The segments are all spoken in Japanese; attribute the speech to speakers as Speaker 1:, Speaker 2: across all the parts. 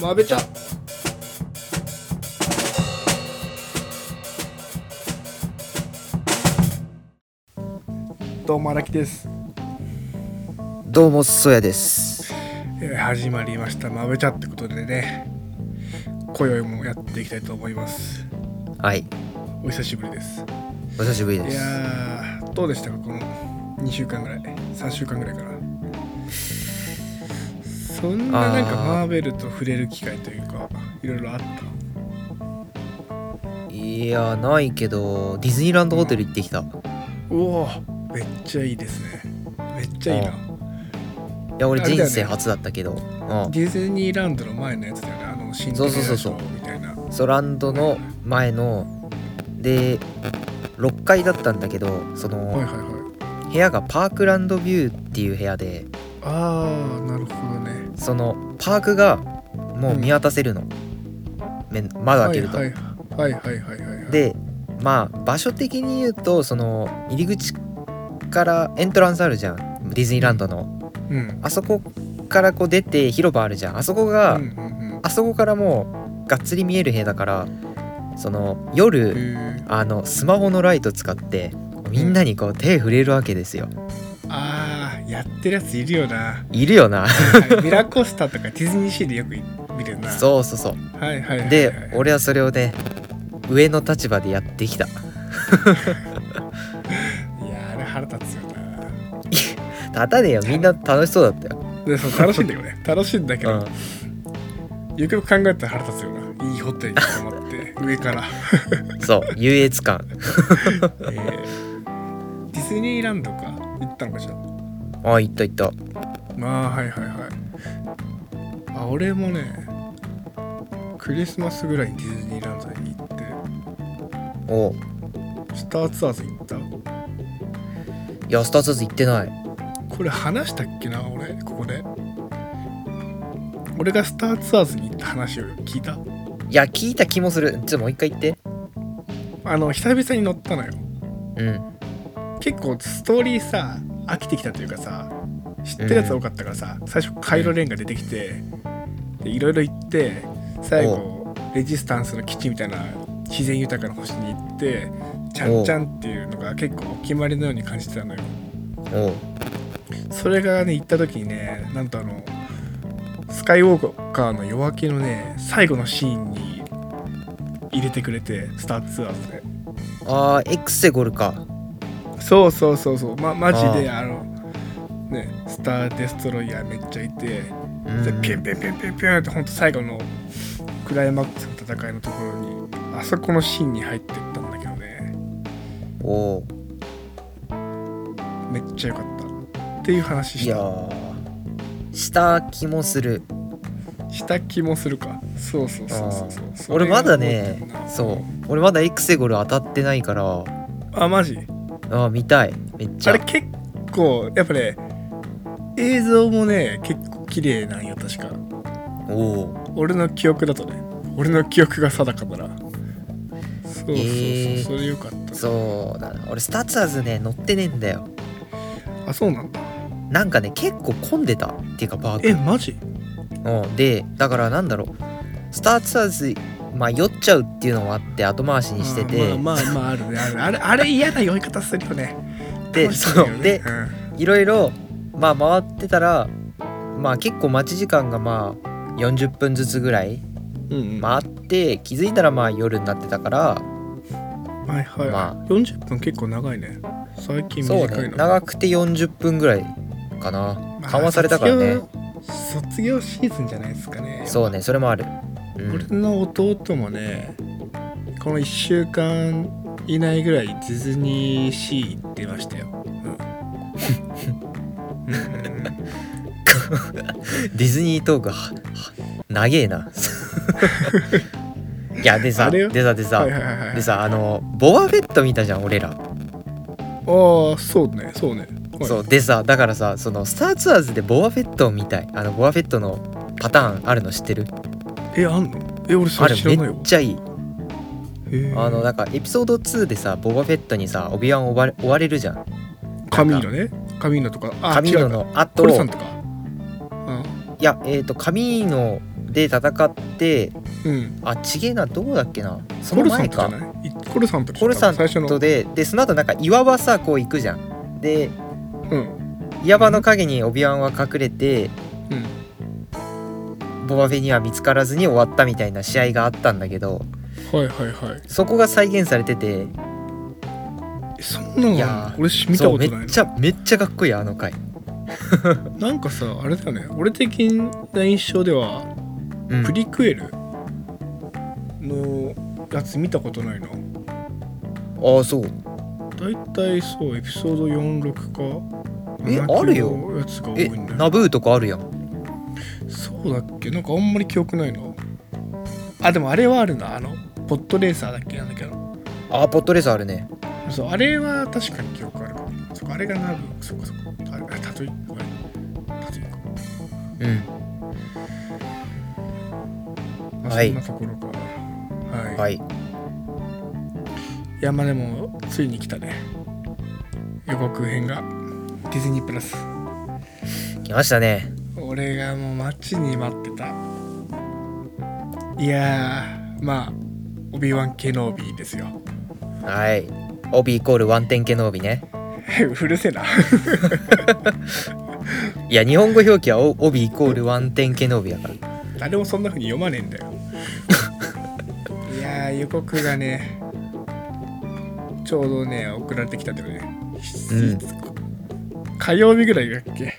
Speaker 1: まべちゃどうも荒木です、
Speaker 2: どうも、そやです。
Speaker 1: えー始まりましたまべちゃってことでね今宵もやっていきたいと思います
Speaker 2: はい、
Speaker 1: お久しぶりです
Speaker 2: お久しぶりで
Speaker 1: い
Speaker 2: す。
Speaker 1: やーどうでしたかこの2週間ぐらい3週間ぐらいからそんななんか
Speaker 2: あー
Speaker 1: マーベルと触れる機会というかいろいろあった
Speaker 2: いや、ないけど、ディズニーランドホテル行ってきた。いう
Speaker 1: おーめっちゃいいですねめっちゃいいな
Speaker 2: あや、俺
Speaker 1: あれだよ
Speaker 2: 人
Speaker 1: ね
Speaker 2: 生初だったけど、う
Speaker 1: ディズニーランドの前のやつだよねあの新
Speaker 2: そうそうそうそう、
Speaker 1: みたいなん
Speaker 2: そう、ランドの前の、で、6階だったんだけど、そ
Speaker 1: はいはい
Speaker 2: の、
Speaker 1: はい
Speaker 2: 部屋がパークランドビューっていう部屋で、
Speaker 1: あーなるほどね
Speaker 2: その、パークがもう見渡せるの。めん窓開けると
Speaker 1: は。いはいはいはいはいはいはい
Speaker 2: でまあ場所的に言うとその入り口からエントランスあるじゃんディズニーランドの
Speaker 1: うん
Speaker 2: あそこからこう出て広場あるじゃんあそこが、
Speaker 1: うんうんうん
Speaker 2: あそこからもうがっつり見える部屋だからその夜、
Speaker 1: へー
Speaker 2: あのスマホのライト使ってみんなにこう手触れるわけですよ
Speaker 1: あーやってるやついるよ な
Speaker 2: いるよな
Speaker 1: ミラコスタとかディズニーシーでよく見るな
Speaker 2: そうそうそう
Speaker 1: うはいはいはいはい
Speaker 2: で俺はそれをね上の立場でやってきた
Speaker 1: いやあれ腹立つよな
Speaker 2: ただねよみんな楽しそうだったよ、
Speaker 1: でそう楽しいんだよね楽しいんだけど、
Speaker 2: うん
Speaker 1: よくよく考えたら腹立つよないいホテルに泊まって上から、
Speaker 2: そう優越感
Speaker 1: えーディズニーランドか行ったのかしら
Speaker 2: あいったいった
Speaker 1: まあはいはいはいあ俺もねクリスマスぐらいにディズニーランドに行っ
Speaker 2: おう
Speaker 1: てスターツアーズ行った
Speaker 2: いやスターツアーズ行ってない
Speaker 1: これ話したっけな俺ここで俺がスターツアーズに行った話を聞いた
Speaker 2: いや聞いた気もするちょっともう一回言って
Speaker 1: あの久々に乗ったのよ
Speaker 2: うん
Speaker 1: 結構ストーリーさ飽きてきたというかさ知ってるやつ多かったからさ、最初カイロレンが出てきてでいろいろ行って最後レジスタンスの基地みたいな自然豊かな星に行ってちゃんちゃんっていうのが結構お決まりのように感じてたのよ
Speaker 2: おう
Speaker 1: それがね行った時にねなんとあのスカイウォーカーの夜明けのね最後のシーンに入れてくれてスターツアーズで
Speaker 2: あーエクセゴルか
Speaker 1: そうそうそうそうまマジで
Speaker 2: あ
Speaker 1: あのねスター・デストロイヤーめっちゃいてで
Speaker 2: うん
Speaker 1: ピュンピュンピュンピュンピュンってほんと最後のクライマックスの戦いのところにあそこのシーンに入ってったんだけどね
Speaker 2: おう
Speaker 1: めっちゃ良かったっていう話
Speaker 2: い
Speaker 1: し
Speaker 2: や
Speaker 1: た
Speaker 2: ーした気もする
Speaker 1: した気もするかそうそうそうそうそうそ
Speaker 2: 俺
Speaker 1: れが
Speaker 2: まだね
Speaker 1: 残ってんな
Speaker 2: そう俺まだエクセゴル当たってないから
Speaker 1: あマジ
Speaker 2: あー見たいめっち
Speaker 1: あ
Speaker 2: ゃ
Speaker 1: れ結構やっぱね映像もね結構綺麗なんよ確か
Speaker 2: おう
Speaker 1: 俺の記憶だとね俺の記憶が定かならそうそうそう、
Speaker 2: えー
Speaker 1: それよかった
Speaker 2: そうだな俺スターツアーズね乗ってねえんだよ
Speaker 1: あそうなんだ
Speaker 2: なんかね結構混んでたっていうかパーク
Speaker 1: えマジ
Speaker 2: うん、でだからなんだろうスターツアーズまあ酔っちゃうっていうのもあって後回しにしてて、
Speaker 1: まあまあまああるねあるあれあれ嫌な酔い方するよね
Speaker 2: で
Speaker 1: 楽しいよね
Speaker 2: そうで
Speaker 1: ん
Speaker 2: いろいろまあ回ってたらまあ結構待ち時間がまあ40分ずつぐらい
Speaker 1: うんうん
Speaker 2: 回って気づいたらまあ夜になってたから
Speaker 1: はいはい、
Speaker 2: まあ
Speaker 1: 40分結構長いね最近
Speaker 2: そ
Speaker 1: 短
Speaker 2: うね
Speaker 1: いな、
Speaker 2: 長くて40分ぐらいかな
Speaker 1: まあ
Speaker 2: 緩和されたからね
Speaker 1: 卒業卒業シーズンじゃないですかね
Speaker 2: そうねそれもある、う
Speaker 1: 俺
Speaker 2: ん、
Speaker 1: の弟もねこの1週間以内ぐらいディズニーシー行ってましたよ、うん、うん
Speaker 2: ディズニートークはは長えな いやで
Speaker 1: あ
Speaker 2: さ
Speaker 1: れよ
Speaker 2: でさでさ、
Speaker 1: はいはいはいはい
Speaker 2: でさあのボバフェット見たじゃん俺ら、
Speaker 1: ああそうねそうね、はい
Speaker 2: そうでさだからさそのスターツアーズでボバフェットを見たいあのボバフェットのパターンあるの知ってる
Speaker 1: えあんのえ俺そ
Speaker 2: あ
Speaker 1: れ
Speaker 2: れ
Speaker 1: 知らな
Speaker 2: め
Speaker 1: い
Speaker 2: っ
Speaker 1: わ
Speaker 2: ちゃいい
Speaker 1: へー
Speaker 2: あのなんかエピソード2でさボバフェットにさオビワン追われ追われるじゃん
Speaker 1: カミーノねカミーノとかあ
Speaker 2: カミーノ
Speaker 1: 違うか
Speaker 2: のあ
Speaker 1: コ
Speaker 2: と
Speaker 1: ルさんとか
Speaker 2: いやえっ、とカミーノで戦って
Speaker 1: うん
Speaker 2: あちげえなどうだっけなそ
Speaker 1: コ
Speaker 2: の
Speaker 1: ルサ
Speaker 2: 前
Speaker 1: ントじゃ
Speaker 2: か
Speaker 1: ないいコルサントでしょ
Speaker 2: コルサン
Speaker 1: 多分最初
Speaker 2: ト
Speaker 1: の
Speaker 2: ででその後なんか岩場さこう行くじゃんで
Speaker 1: うん
Speaker 2: 岩場の陰にオビワンは隠れて
Speaker 1: うん
Speaker 2: ボバフェには見つからずに終わったみたいな試合があったんだけど
Speaker 1: はいはいはい
Speaker 2: そこが再現されてて
Speaker 1: えそんなの
Speaker 2: いやー
Speaker 1: 俺し見たことない
Speaker 2: そう
Speaker 1: な
Speaker 2: めっちゃめっちゃかっこいいあの回
Speaker 1: なんかさあれだよね俺的な印象では
Speaker 2: うん
Speaker 1: プリクエルのやつ見たことないな
Speaker 2: ああそう
Speaker 1: だいたいそうエピソード46か
Speaker 2: え
Speaker 1: 7
Speaker 2: あるよ
Speaker 1: のやつが多い
Speaker 2: え
Speaker 1: んだよ
Speaker 2: ナブーとかあるやん
Speaker 1: そうだっけなんかあんまり記憶ないなあでもあれはあるなあのポットレーサーだっけなんだけど
Speaker 2: あーポットレーサーあるね
Speaker 1: そうあれは確かに記憶あるかもそこあれがナブそこそこあれあたとえこれたとえか
Speaker 2: うん
Speaker 1: まあ
Speaker 2: はい
Speaker 1: そんなところかはい、、
Speaker 2: はいい
Speaker 1: やまあでもついに来たね予告編がディズニープラス
Speaker 2: 来ましたね
Speaker 1: 俺がもう待ちに待ってたいやーまあオビワン・ケノービーですよ
Speaker 2: はいオビイコールワンテンケノービね
Speaker 1: うるせえない
Speaker 2: や日本語表記はオオビイコールワンテンケノービだから
Speaker 1: 誰もそんな風に読まねえんだよ いやー予告がねちょうどね送られてきたんだよね、
Speaker 2: うん
Speaker 1: 火曜日ぐらいだっけ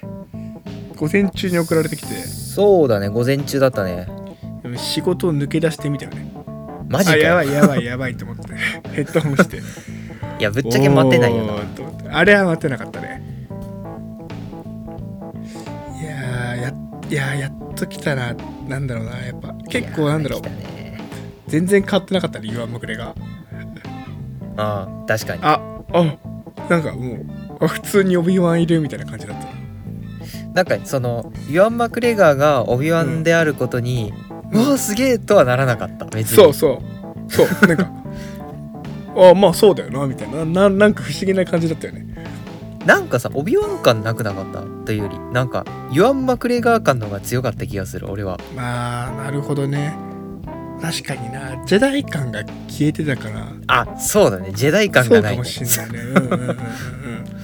Speaker 1: 午前中に送られてきて
Speaker 2: そうだね午前中だったね
Speaker 1: でも仕事を抜け出してみたよね
Speaker 2: マジ
Speaker 1: あ
Speaker 2: か
Speaker 1: やば
Speaker 2: よ
Speaker 1: いやばいやばいと思って ヘッドホンして
Speaker 2: いやぶっちゃけ待てないよ
Speaker 1: お
Speaker 2: な
Speaker 1: ーと思ってあれは待てなかったねいやーやいやーやっと来たななんだろうなやっぱ結構なんだろう
Speaker 2: いやー来たね
Speaker 1: 全然変わってなかったね言わんもくれが
Speaker 2: あー確かに
Speaker 1: ああなんかもうあ普通にオビワンいるみたいな感じだった
Speaker 2: なんかそのユアン・マクレガーがオビワンであることに、う
Speaker 1: うん
Speaker 2: わあすげえとはならなかった別に
Speaker 1: そうそうそうなんか あまあそうだよなみたいなななんか不思議な感じだったよね
Speaker 2: なんかさオビワン感なくなかったというよりなんかユアン・マクレガー感の方が強かった気がする俺は
Speaker 1: まあなるほどね確かになジェダイ感が消えてたから
Speaker 2: あそうだねジェダイ感がない、ね、
Speaker 1: そうかもしんないね。うんうんうん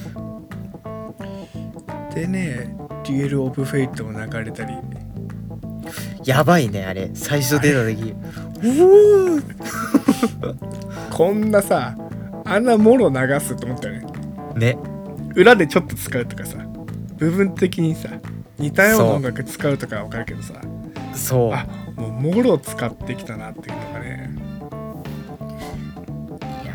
Speaker 1: うんうん でね「デュエル・オブ・フェイト」も流れたり
Speaker 2: やばいねあれ最初出た時うおー
Speaker 1: こんなさあんなもろ流すと思ったよね
Speaker 2: ね
Speaker 1: 裏でちょっと使うとかさ部分的にさ似たような音楽使うとかは分かるけどさ
Speaker 2: そう
Speaker 1: あもうもろ使ってきたなっていうのがね
Speaker 2: いや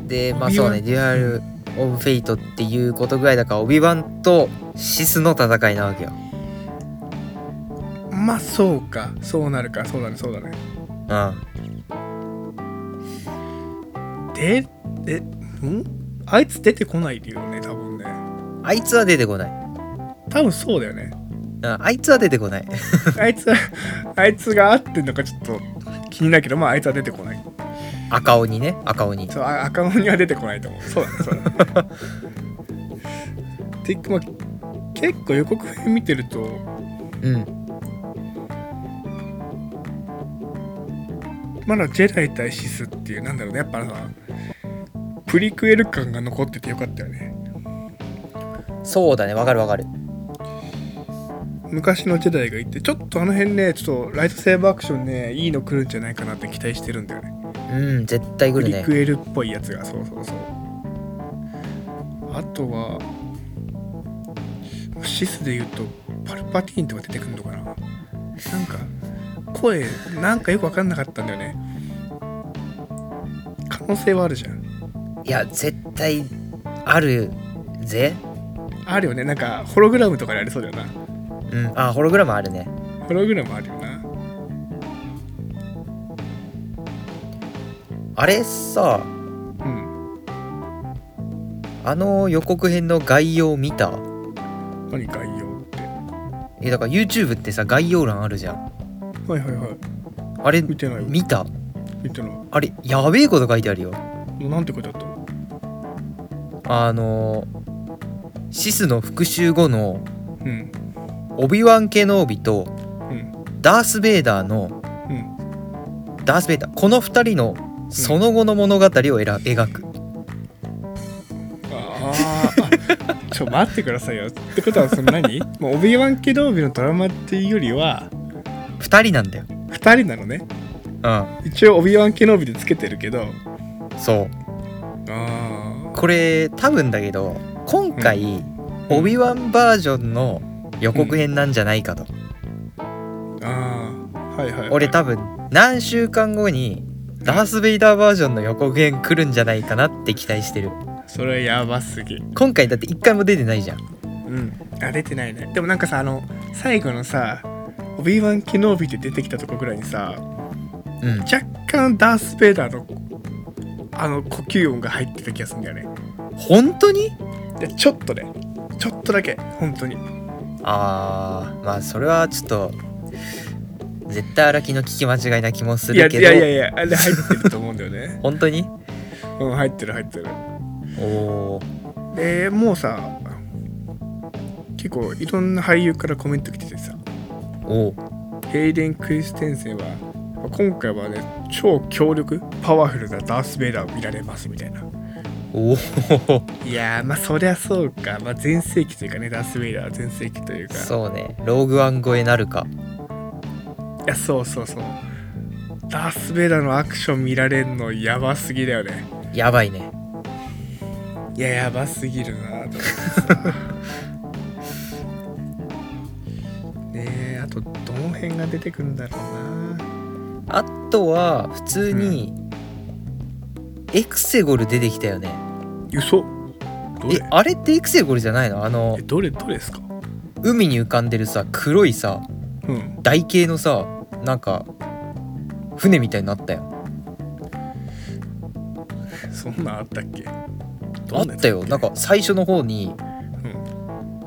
Speaker 2: ーでまあそうねデュアル・オブ・フェイトっていうことぐらいだからオビワンとシスの戦いなわけよ
Speaker 1: まあそうかそうなるかそうだねそうだね
Speaker 2: うん
Speaker 1: でえんあいつ出てこないよね多分ね
Speaker 2: あいつは出てこない。うん
Speaker 1: 多分そうだよね
Speaker 2: あいつは出てこない。
Speaker 1: あいつあいつが合ってんのかちょっと気になるけどまああいつは出てこない
Speaker 2: 赤鬼ね、赤鬼。
Speaker 1: そうあ赤鬼は出てこないと思うそうだねそうだね で、まあ、結構予告編見てると
Speaker 2: うん。
Speaker 1: まだジェダイ対シスっていうなんだろうねやっぱさプリクエル感が残っててよかったよね
Speaker 2: そうだね、わかるわかる。
Speaker 1: 昔のジェダイがいてちょっとあの辺ねちょっとライトセーブアクションねいいの来るんじゃないかなって期待してるんだよね
Speaker 2: うん、絶対来
Speaker 1: プ
Speaker 2: る
Speaker 1: リ
Speaker 2: ね
Speaker 1: ク。エルっぽいやつがそうそうそうあとはシスで言うとパルパティーンとか出てくるのかななんか声なんかよく分かんなかったんだよね可能性はあるじゃん
Speaker 2: いや、絶対あるぜ。
Speaker 1: あるよねなんかホログラムとかでありそうだよな
Speaker 2: うん。あ、ホログラムあるね。
Speaker 1: ホログラムあるよな
Speaker 2: あれさ、
Speaker 1: うん
Speaker 2: あの予告編の概要見た
Speaker 1: 何概要っては
Speaker 2: え、だから YouTube ってさ、概要欄あるじゃん。
Speaker 1: いはいはい
Speaker 2: あれ、
Speaker 1: 見てない
Speaker 2: 見た
Speaker 1: 見てない
Speaker 2: あれ、やべえこと書いてあるよ。
Speaker 1: なんて書いてあった
Speaker 2: あのー、シスの復讐後の
Speaker 1: うん
Speaker 2: オビワン・ケノービと
Speaker 1: うん
Speaker 2: ダース・ベイダーの
Speaker 1: うん
Speaker 2: ダース・ベイダーこの2人のその後の物語をえら描く
Speaker 1: あーあちょ待ってくださいよってことはその何もうオビワン・ケノービのドラマっていうよりは
Speaker 2: 2人なんだよ。
Speaker 1: 2人なのね
Speaker 2: う
Speaker 1: 一応オビワン・ケノービでつけてるけど
Speaker 2: ん、そう
Speaker 1: あ
Speaker 2: これ多分だけど今回、
Speaker 1: うん
Speaker 2: オビワンバージョンの予告編なんじゃないかと、
Speaker 1: ーあーはいはい、はい、
Speaker 2: 俺多分何週間後にダース・ベイダーバージョンの予告編来るんじゃないかなって期待してる
Speaker 1: それやばすぎ
Speaker 2: 今回だって一回も出てないじゃん
Speaker 1: うんあ出てないねでもなんかさあの最後のさオビワン・ケノービって出てきたとこぐらいにさ
Speaker 2: うん
Speaker 1: 若干ダース・ベイダーのあの呼吸音が入ってた気がするんだよね
Speaker 2: 本当に
Speaker 1: でちょっとねちょっとだけ本当に
Speaker 2: あーまあそれはちょっと絶対荒木の聞き間違いな気もす
Speaker 1: いや
Speaker 2: る
Speaker 1: い
Speaker 2: け
Speaker 1: やいや
Speaker 2: ど
Speaker 1: いやあれ入ってると思うんだよね
Speaker 2: 本当に
Speaker 1: うん入ってる入ってる
Speaker 2: おー
Speaker 1: でもうさ結構いろんな俳優からコメント来ててさ
Speaker 2: おー
Speaker 1: ヘイデン・クリステンセンは今回はね超強力パワフルなダース・ベイダーを見られますみたいな
Speaker 2: おー
Speaker 1: いやーまあそりゃそうか、まあ、前世紀というかねダース・ベイダーは前世紀というか
Speaker 2: そうねローグワン超えなるか
Speaker 1: いやそうそうそうダース・ベイダーのアクション見られんのやばすぎだよね
Speaker 2: やばいね
Speaker 1: いややばすぎるなと思ってさ ねえあとどの辺が出てくるんだろうな
Speaker 2: あとは普通にエクセゴル出てきたよね。
Speaker 1: 嘘ど
Speaker 2: え
Speaker 1: れ
Speaker 2: あれってエクセゴルじゃないのあの
Speaker 1: えどれどれですか
Speaker 2: 海に浮かんでるさ黒いさ
Speaker 1: うん
Speaker 2: 台形のさなんか船みたいになったよ。
Speaker 1: そんなんあったっけ
Speaker 2: あったよなん、か最初の方に
Speaker 1: どんなやつだっ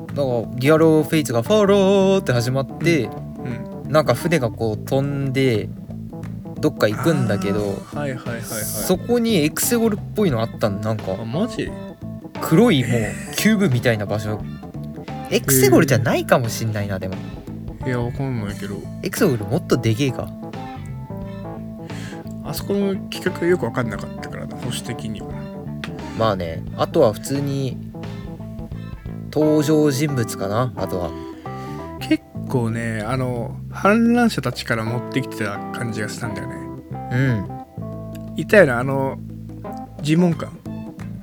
Speaker 2: なんかギアローフェイスが「フォロー」って始まって
Speaker 1: けうんうん、
Speaker 2: なんか船がこう飛んでどっか行くんだけど。
Speaker 1: あーはいはいはいはい
Speaker 2: そこにエクセゴルっぽいのあったのなんか
Speaker 1: あマジ
Speaker 2: 黒いもうキューブみたいな場所エクセゴルじゃないかもしんないなでも
Speaker 1: いやわかんないけど
Speaker 2: エクセゴルもっとでけえか
Speaker 1: あそこの企画がよく分かんなかったからな保守的には
Speaker 2: まあねあとは普通に登場人物かなあとは
Speaker 1: 結構ねあの反乱者たちから持ってきてた感じがしたんだよね
Speaker 2: うん
Speaker 1: いたよなあの尋問官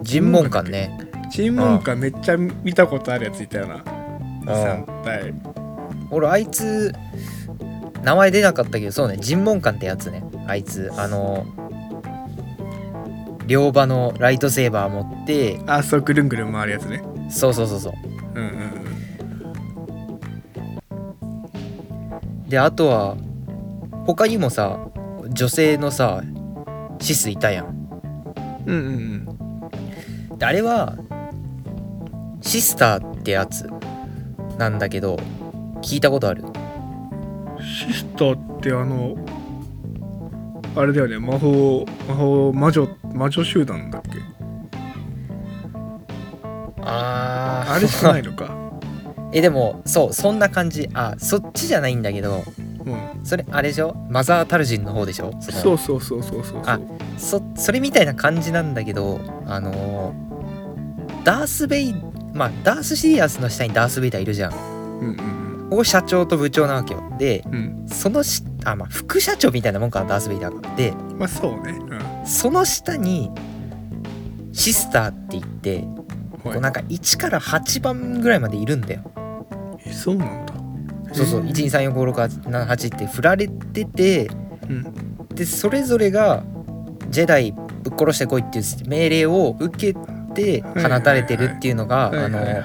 Speaker 2: 尋問官ね
Speaker 1: 尋問官めっちゃ見たことあるやついたよな23体
Speaker 2: 俺あいつ名前出なかったけどそうね尋問官ってやつねあいつあの両刃のライトセーバー持って
Speaker 1: あそうぐるんぐるん回るやつね
Speaker 2: そうそうそうそう
Speaker 1: うんうんうん
Speaker 2: であとは他にもさ女性のさシスいたやん
Speaker 1: うんうん
Speaker 2: であれはシスターってやつなんだけど聞いたことある
Speaker 1: うんシスターってあのあれだよね魔法魔法魔女魔女集団 だっけ
Speaker 2: あ
Speaker 1: あれじゃないのか
Speaker 2: えでもそうそんな感じあそっちじゃないんだけど
Speaker 1: うん
Speaker 2: それあれでしょマザー・タルジンの方でしょその
Speaker 1: そうそうそうそうそうそ
Speaker 2: あ
Speaker 1: う
Speaker 2: そそれみたいな感じなんだけどあのーダース・ベイまあダース・シリアスの下にダース・ベイダーいるじゃんこ
Speaker 1: うんうん
Speaker 2: こ社長と部長なわけよで
Speaker 1: うん
Speaker 2: そのしあまあ副社長みたいなもんかなダース・ベイダーがで
Speaker 1: うんまあそうねうん
Speaker 2: その下にシスターって言ってこう
Speaker 1: は
Speaker 2: なんか1から8番ぐらいまでいるんだよ
Speaker 1: いえそうなんだ
Speaker 2: そうそう
Speaker 1: へえ
Speaker 2: 1234567って振られてて
Speaker 1: うん
Speaker 2: でそれぞれがジェダイぶっ殺してこいっていう命令を受けて
Speaker 1: いはいはい
Speaker 2: 放たれてるっていうのが
Speaker 1: はいは
Speaker 2: あ
Speaker 1: い
Speaker 2: の
Speaker 1: はい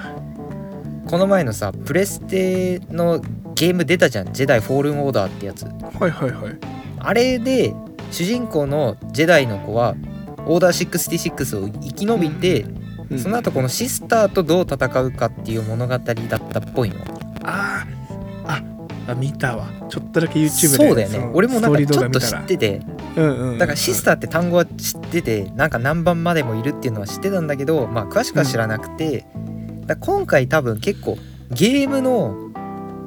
Speaker 2: この前のさプレステのゲーム出たじゃん「ジェダイ・フォールン・オーダー」ってやつ
Speaker 1: はいはいはい
Speaker 2: あれで主人公のジェダイの子はオーダー66を生き延びて、
Speaker 1: うん
Speaker 2: その後このシスターとどう戦うかっていう物語だったっぽいの
Speaker 1: あーああ見たわちょっとだけ YouTube で
Speaker 2: そうだよね
Speaker 1: の
Speaker 2: 俺もなんかちょっと知
Speaker 1: ストー
Speaker 2: っ
Speaker 1: リー動画見
Speaker 2: てて
Speaker 1: たらうんうんうん
Speaker 2: だからシスターって単語は知っててなんか何番までもいるっていうのは知ってたんだけど、まあ、詳しくは知らなくて、だから今回多分結構ゲームの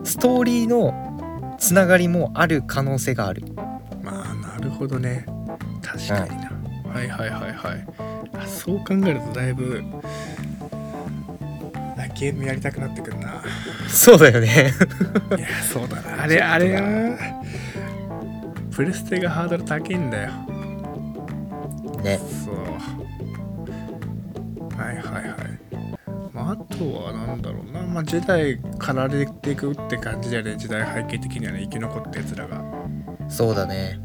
Speaker 2: ストーリーのつながりもある可能性がある
Speaker 1: まあなるほどね確かにな、はいはいはいはいあそう考えるとだいぶあゲームやりたくなってくるな
Speaker 2: そうだよね
Speaker 1: いやそうだなあれあれなプレステがハードル高いんだよ
Speaker 2: ね
Speaker 1: そうはいはいはい、まあ、あとはなんだろうな、まあ、時代から出ていくって感じだよね時代背景的にはね生き残ったやつらが
Speaker 2: そうだね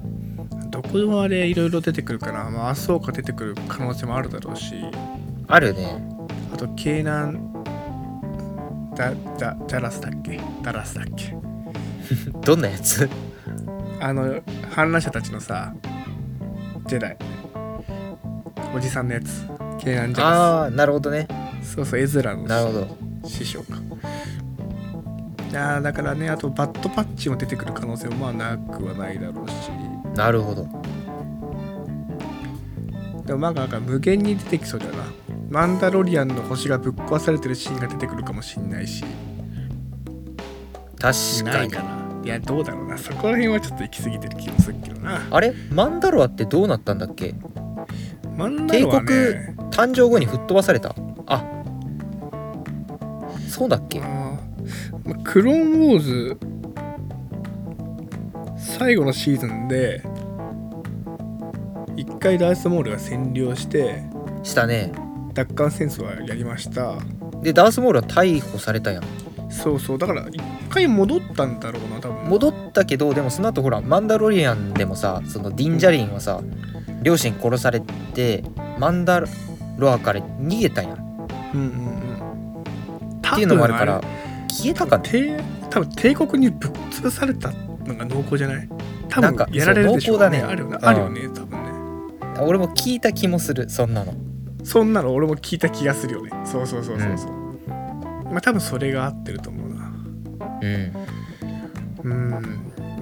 Speaker 1: どこでもあれいろいろ出てくるからまあ麻生が出てくる可能性もあるだろうし
Speaker 2: あるね
Speaker 1: あと京南だだダラスだっけダラスだっけ
Speaker 2: どんなやつ
Speaker 1: あの反乱者たちのさジェダイおじさんのやつケナンジャ
Speaker 2: ああなるほどね
Speaker 1: スそうそうエズラの
Speaker 2: なるほど
Speaker 1: 師匠かあーだからねあとバッドパッチも出てくる可能性もまあなくはないだろうし
Speaker 2: なるほど
Speaker 1: でもまあなんか無限に出てきそうだなマンダロリアンの星がぶっ壊されてるシーンが出てくるかもしんないし
Speaker 2: 確
Speaker 1: な
Speaker 2: か
Speaker 1: い
Speaker 2: に
Speaker 1: かないやどうだろうなそこら辺はちょっと行き過ぎてる気もするけどな
Speaker 2: あれマンダロアってどうなったんだっけ
Speaker 1: マンダ
Speaker 2: 帝
Speaker 1: ロ
Speaker 2: 国
Speaker 1: はね
Speaker 2: 誕生後に吹っ飛ばされたあそうだっけ
Speaker 1: あーまあクローンウォーズ最後のシーズンで一回ダースモールが占領して
Speaker 2: したね
Speaker 1: 奪還戦争はやりました
Speaker 2: でダースモールは逮捕されたやん
Speaker 1: そうそうだから一回戻ったんだろうな多分
Speaker 2: 戻ったけどでもその後ほらマンダロリアンでもさそのディンジャリンはさ両親殺されてマンダロアから逃げたやんっ
Speaker 1: うんうんうんって
Speaker 2: いうのもあるから消えたかね
Speaker 1: 帝多分帝国にぶっ潰されたのが濃厚じゃない多
Speaker 2: なんか
Speaker 1: 分やられるでしょう、
Speaker 2: そう濃厚だね
Speaker 1: あるよね
Speaker 2: うん
Speaker 1: あるよね多分ね
Speaker 2: 俺も聞いた気もするそんなの
Speaker 1: そんなの俺も聞いた気がするよねそうそうそうそうそう、まあ多分それが合ってると思うな
Speaker 2: うん
Speaker 1: うん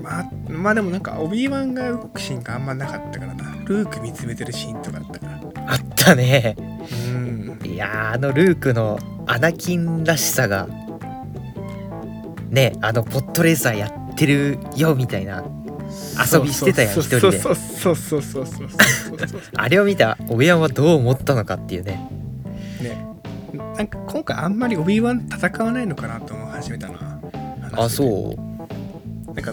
Speaker 1: まあまあでもなんかオビーワンが動くシーンがあんまなかったからなルーク見つめてるシーンとかあったから
Speaker 2: あったね
Speaker 1: うん
Speaker 2: いやーあのルークのアナキンらしさがねあのポットレーサーやってるよみたいな遊びしてたやん
Speaker 1: そうそう
Speaker 2: 一人で
Speaker 1: そうそうそうそうそうそうそうそうそ
Speaker 2: あれを見た親はどう思ったのかっていうね
Speaker 1: うねなんか今回あんまりオビーワン戦わないのかなと思い始めたな
Speaker 2: あ
Speaker 1: う
Speaker 2: そう
Speaker 1: なんか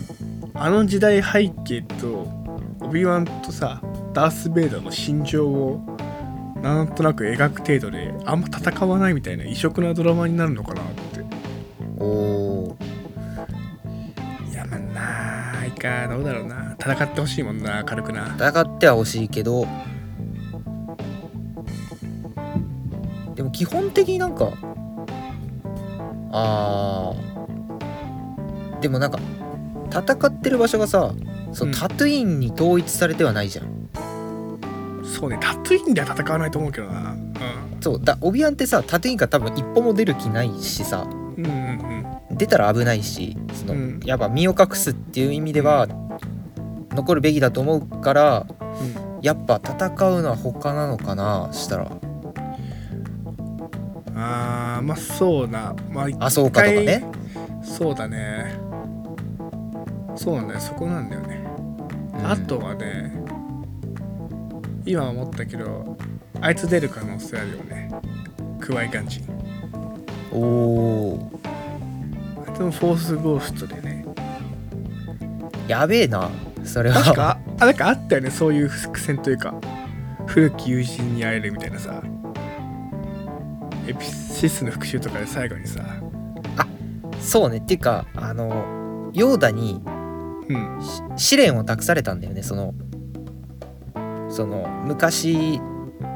Speaker 1: あの時代背景とオビーワンとさダース・ベイダーの心情をなんとなく描く程度であんま戦わないみたいな異色なドラマになるのかなって
Speaker 2: おー
Speaker 1: いやまあないかどうだろうな戦ってほしいもんな軽くな
Speaker 2: 戦ってはほしいけどでも基本的になんかあーでもなんか戦ってる場所がさその
Speaker 1: うん
Speaker 2: タトゥインに統一されてはないじゃん、
Speaker 1: そうねタトゥインでは戦わないと思うけどなうん
Speaker 2: そうだオビアンってさタトゥインから多分一歩も出る気ないしさ
Speaker 1: うんうん
Speaker 2: 出たら危ないしその、
Speaker 1: うん
Speaker 2: やっぱ身を隠すっていう意味では残るべきだと思うから
Speaker 1: う
Speaker 2: やっぱ戦うのは他なのかなしたら
Speaker 1: んあーまあそうなまあ
Speaker 2: あそうかとかね
Speaker 1: そうだねそうなんだよそこなんだよね、
Speaker 2: うん
Speaker 1: あとはね今思ったけどあいつ出る可能性あるよねクワイガン人
Speaker 2: おお
Speaker 1: あいつもフォースゴーストで ね
Speaker 2: やべえなそれ
Speaker 1: 確
Speaker 2: は
Speaker 1: かあなんかあったよねそういう伏線というか古き友人に会えるみたいなさエピシスの復讐とかで最後にさ
Speaker 2: そうねっていうかあのヨーダに
Speaker 1: うん
Speaker 2: し試練を託されたんだよねそのその昔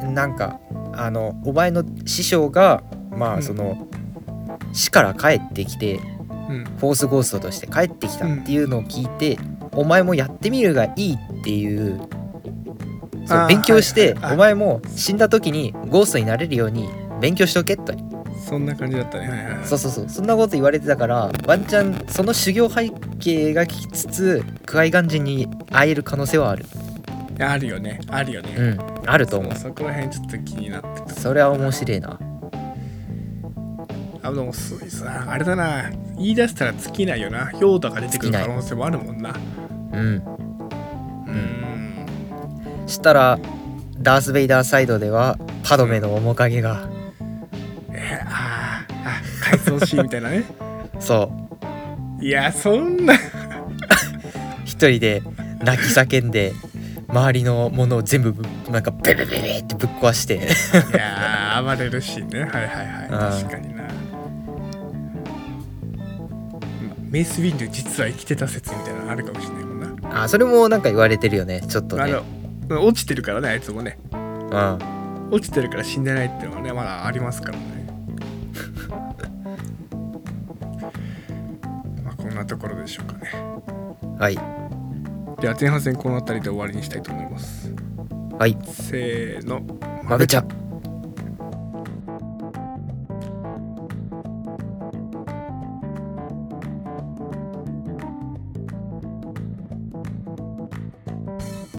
Speaker 2: なんかあのお前の師匠がま
Speaker 1: う
Speaker 2: あ
Speaker 1: ん
Speaker 2: その、死から帰ってきて
Speaker 1: うん
Speaker 2: フォースゴーストとして帰ってきたっていうのを聞いて、お前もやってみるがいいっていうそう
Speaker 1: あー
Speaker 2: 勉強し
Speaker 1: はい
Speaker 2: て、
Speaker 1: はいはい
Speaker 2: お前も死んだ時にゴーストになれるように勉強しとけと
Speaker 1: そんな感じだったねはいはいはい
Speaker 2: そうそうそうそんなこと言われてたからワンチャンその修行背景がきつつクワイガン人に会える可能性はある
Speaker 1: あるよねあるよね、
Speaker 2: うんあると思う
Speaker 1: そこら辺ちょっと気になってた
Speaker 2: それは面白いな
Speaker 1: あでもすごいさあれだな言い出したら尽きないよなヨーダが出てくる
Speaker 2: 尽きな
Speaker 1: 可
Speaker 2: い
Speaker 1: 能性もあるもんな
Speaker 2: うん
Speaker 1: うん
Speaker 2: したらダース・ベイダーサイドではパドメの面影が
Speaker 1: えーあーあ改装シーンみたいなね
Speaker 2: そう
Speaker 1: いやそんな
Speaker 2: 一人で泣き叫んで 周りのものを全部ぶなんかベベベベってぶっ壊して
Speaker 1: いやー暴れるしねはいはいはい確かになメイス・ウィンドゥ実は生きてた説みたいなのあるかもしれないもんな、
Speaker 2: あそれもなんか言われてるよねちょっと
Speaker 1: あ
Speaker 2: ね
Speaker 1: の落ちてるからねあいつもね
Speaker 2: うん
Speaker 1: 落ちてるから死んでないっていうのはねまだありますからね まあこんなところでしょうかね
Speaker 2: はい
Speaker 1: では前半戦この辺りで終わりにしたいと思います
Speaker 2: はい
Speaker 1: せーの
Speaker 2: まべちゃん